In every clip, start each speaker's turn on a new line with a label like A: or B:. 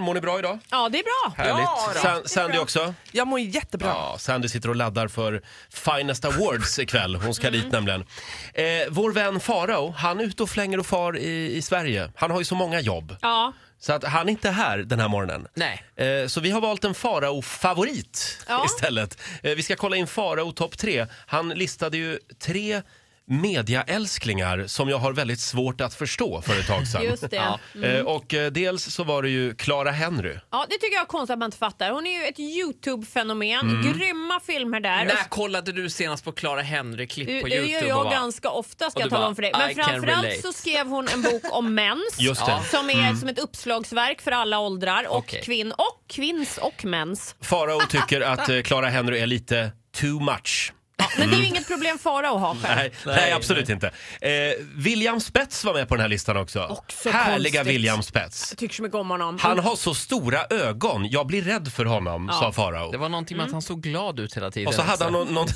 A: Mår ni bra idag?
B: Ja, det är bra.
A: Härligt.
C: då.
A: San- Sandy också?
C: Jag mår jättebra.
A: Ja, Sandy sitter och laddar för Finest Awards ikväll. Hon
B: Mm.
A: ska dit nämligen. Eh, vår vän Farao, han är ute och flänger och far i, i Sverige. Han har ju så många jobb.
B: Ja,
A: Så att han är inte här den här morgonen.
C: Nej.
A: Eh, så vi har valt en Farao-favorit
B: Ja.
A: istället. Eh, vi ska kolla in Farao topp tre. Han listade ju tre mediaälsklingar som jag har väldigt svårt att förstå för ett tag sedan.
B: just Mm. det.
C: Ja.
A: Eh, och eh, dels så var det ju Clara Henry.
B: Ja, det tycker jag är konstigt att man inte fattar. Hon är ju ett Youtube-fenomen.
C: Mm.
B: Grymma filmer där.
C: När Eh, kollade du senast på Clara Henry-klipp på
B: Det gör
C: Youtube?
B: jag
C: och vad?
B: ganska ofta ska
C: Och
B: jag
C: du
B: tala
C: bara,
B: om för dig.
C: "I
B: Men
C: can relate."
B: framförallt så skrev hon en bok om mens.
A: Just det.
C: Ja.
B: Som är som ett uppslagsverk för alla åldrar och
C: Okej.
B: kvinn och kvinns och mens.
A: Farao tycker att eh, Clara Henry är lite too much.
B: Ja, men det är ju
C: Mm.
B: inget problem Farao att ha själv.
A: Nej, nej, absolut inte. Eh, William Spets var med på den här listan också.
B: Också
A: Härliga
B: konstigt.
A: William Spets.
B: Jag tycker så mycket om honom.
A: Han har så stora ögon, jag blir rädd för honom, sa Farao.
C: Det var någonting med att han såg glad ut hela tiden.
A: Och så hade han
C: också.
A: någon, någon,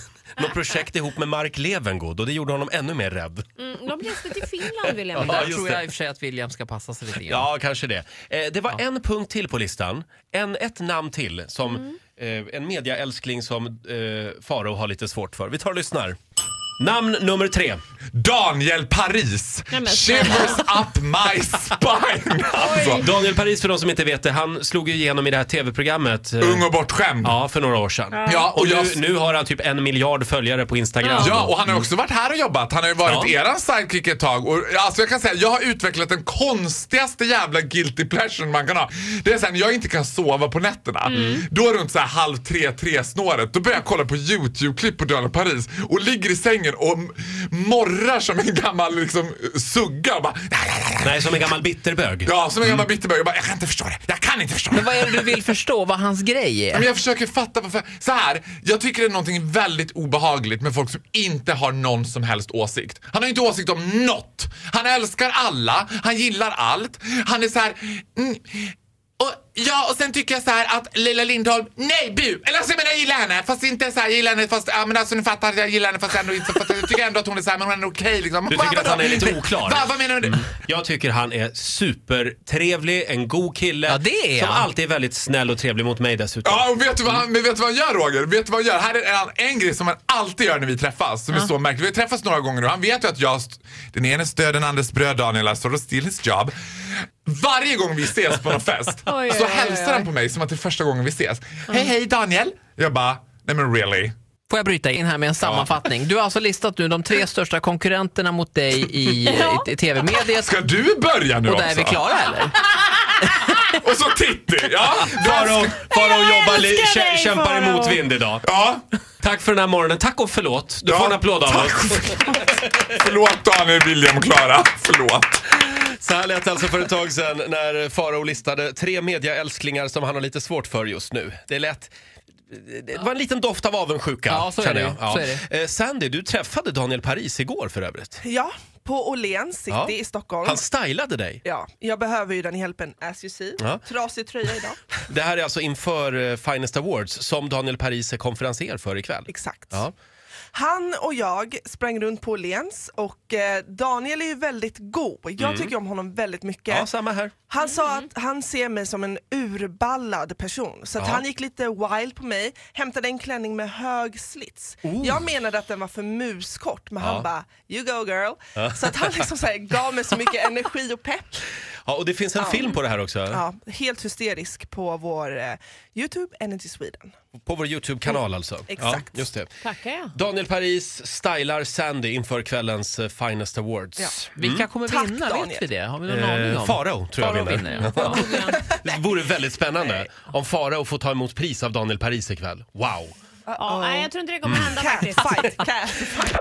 A: något projekt ihop med Mark Levengood och det gjorde honom ännu mer rädd.
B: Mm, de reste till Finland William.
A: Ja,
C: Där
A: just
C: tror
A: det.
C: jag i och för sig att William ska passa sig lite grann.
A: Ja, kanske det. Eh, det var en punkt till på listan, en, ett namn till som eh, en mediaälskling som eh, Farao har lite svårt för. Vi tar och lyssnar. Namn nummer tre.
D: Daniel Paris!
B: Nej, men snälla.
D: Shivers up my spine! Alltså.
A: Daniel Paris, för de som inte vet det, han slog ju igenom i det här tv-programmet. eh,
D: Ung och bortskämd.
A: Ja, för några år sedan.
D: Ja,
A: Och
D: och jag-
A: nu, nu har han typ en miljard följare på Instagram.
D: Ja, och han har också varit här och jobbat. Han har ju varit
A: Ja.
D: eran sidekick ett tag. Och, alltså jag kan säga, jag har utvecklat den konstigaste jävla guilty pleasure man kan ha. Det är såhär, när jag inte kan sova på nätterna.
B: Mm.
D: Då runt såhär halv tre, tre snåret, då börjar jag kolla på YouTube-klipp på Döden Paris och ligger i sängen och m- morrar som en gammal liksom sugga och bara...
A: Nej, som en gammal bitterbög.
D: Ja, som en
A: Mm.
D: gammal bitterbög. Jag bara, jag kan inte förstå det. Jag kan inte förstå det.
C: Men vad är det du vill förstå? Vad hans grej
D: Ja,
C: är?
D: Men jag försöker fatta varför. Så här, jag tycker det är någonting väldigt obehagligt med folk som inte har någon som helst åsikt. Han har inte åsikt om något. Han älskar alla, han gillar allt. Han är så här... Mm, och, ja, och sen tycker jag så här att Lilla Lindholm, nej bu! Eller alltså jag menar jag gillar henne fast inte så här, jag gillar henne fast, ja men alltså ni fattar att jag gillar henne fast ändå inte, fast jag tycker ändå att hon är så här, men hon är ändå okej liksom.
A: Du tycker
D: Va,
A: att han är
D: vadå?
A: lite oklar? Mm.
D: Va, vad menar du?
A: Jag tycker han är supertrevlig, en god kille.
C: Ja, det är
A: Som
C: han.
A: alltid är väldigt snäll och trevlig mot mig dessutom.
D: Ja, och vet du vad han, men vet du vad han gör Roger? Vet du vad han gör? Här är en, en grej som han alltid gör när vi träffas, som är så märklig. Vi har träffats några gånger nu. Han vet ju att jag, st- den ene stöd, den andres bröd, Daniel, I sort of steal his job. Varje gång vi ses på någon fest
B: Oj, oj,
D: så
B: oj,
D: hälsar han på mig som att det är första gången vi ses. Hej, hej Daniel! Jag bara, nej men really?
C: Får jag bryta in här med en sammanfattning? Du har alltså listat nu de tre största konkurrenterna mot dig i,
B: Ja.
C: i, i tv-mediet.
D: Ska du börja nu
C: Och
D: också?
C: där är vi klara
A: Mm.
C: eller?
D: Och så Titti! Ja,
A: Farao Farao
B: Jag
A: jobbar li-
B: älskar
A: kä-
B: dig,
A: kämpar
B: Farao.
A: emot vind idag.
D: ja.
A: Tack för den här morgonen. Tack och förlåt. Du
D: Ja,
A: får en applåd av
D: tack.
A: oss.
D: Förlåt Daniel, William och Klara. Förlåt.
A: Så här lät det alltså för ett tag sedan när Farao listade tre mediaälsklingar som han har lite svårt för just nu. Det lät... Det var en liten doft av avundsjuka.
C: Ja, så är
A: känner
C: det ju.
A: jag.
C: Så är
A: Eh, Sandy, du träffade Daniel Paris igår för övrigt.
E: Ja, på Åhléns city
A: Ja.
E: i Stockholm.
A: Han stylade dig.
E: Ja, jag behöver ju den hjälpen as you see.
A: Ja.
E: Trasig tröja idag.
A: Det här är alltså inför eh, Finest Awards som Daniel Paris är konferenser för ikväll.
E: Exakt.
A: Ja.
E: Han och jag sprang runt på Åhléns och eh, Daniel är ju väldigt god. Jag tycker om honom väldigt mycket.
A: Mm. ja, samma här.
E: Han sa att han ser mig som en urballad person, så att
A: Ja.
E: han gick lite wild på mig, hämtade en klänning med hög slits. Jag menade att den var för muskort, men
A: Ja.
E: han bara “you go girl”. Så att han liksom så här, gav mig så mycket energi och pepp.
A: Ja, och det finns en film på det här också.
E: Ja, helt hysterisk på vår eh, Youtube Energy Sweden.
A: På vår YouTube-kanal alltså.
E: Exakt.
A: Ja, just det.
B: Tackar jag.
A: Daniel Paris stylar Sandy inför kvällens eh, Finest Awards.
C: Vilka kommer
E: Tack,
C: vinna?
E: Daniel.
C: Vet vi det? Har vi någon aning
A: Eh,
C: om?
A: Farao tror jag
C: Farao
A: vinner.
C: vinner. ja. Ja.
A: Det vore väldigt spännande om Farao får ta emot pris av Daniel Paris ikväll. Wow!
B: Ja, nej, jag tror inte det kommer hända faktiskt.
E: Catfight, catfight.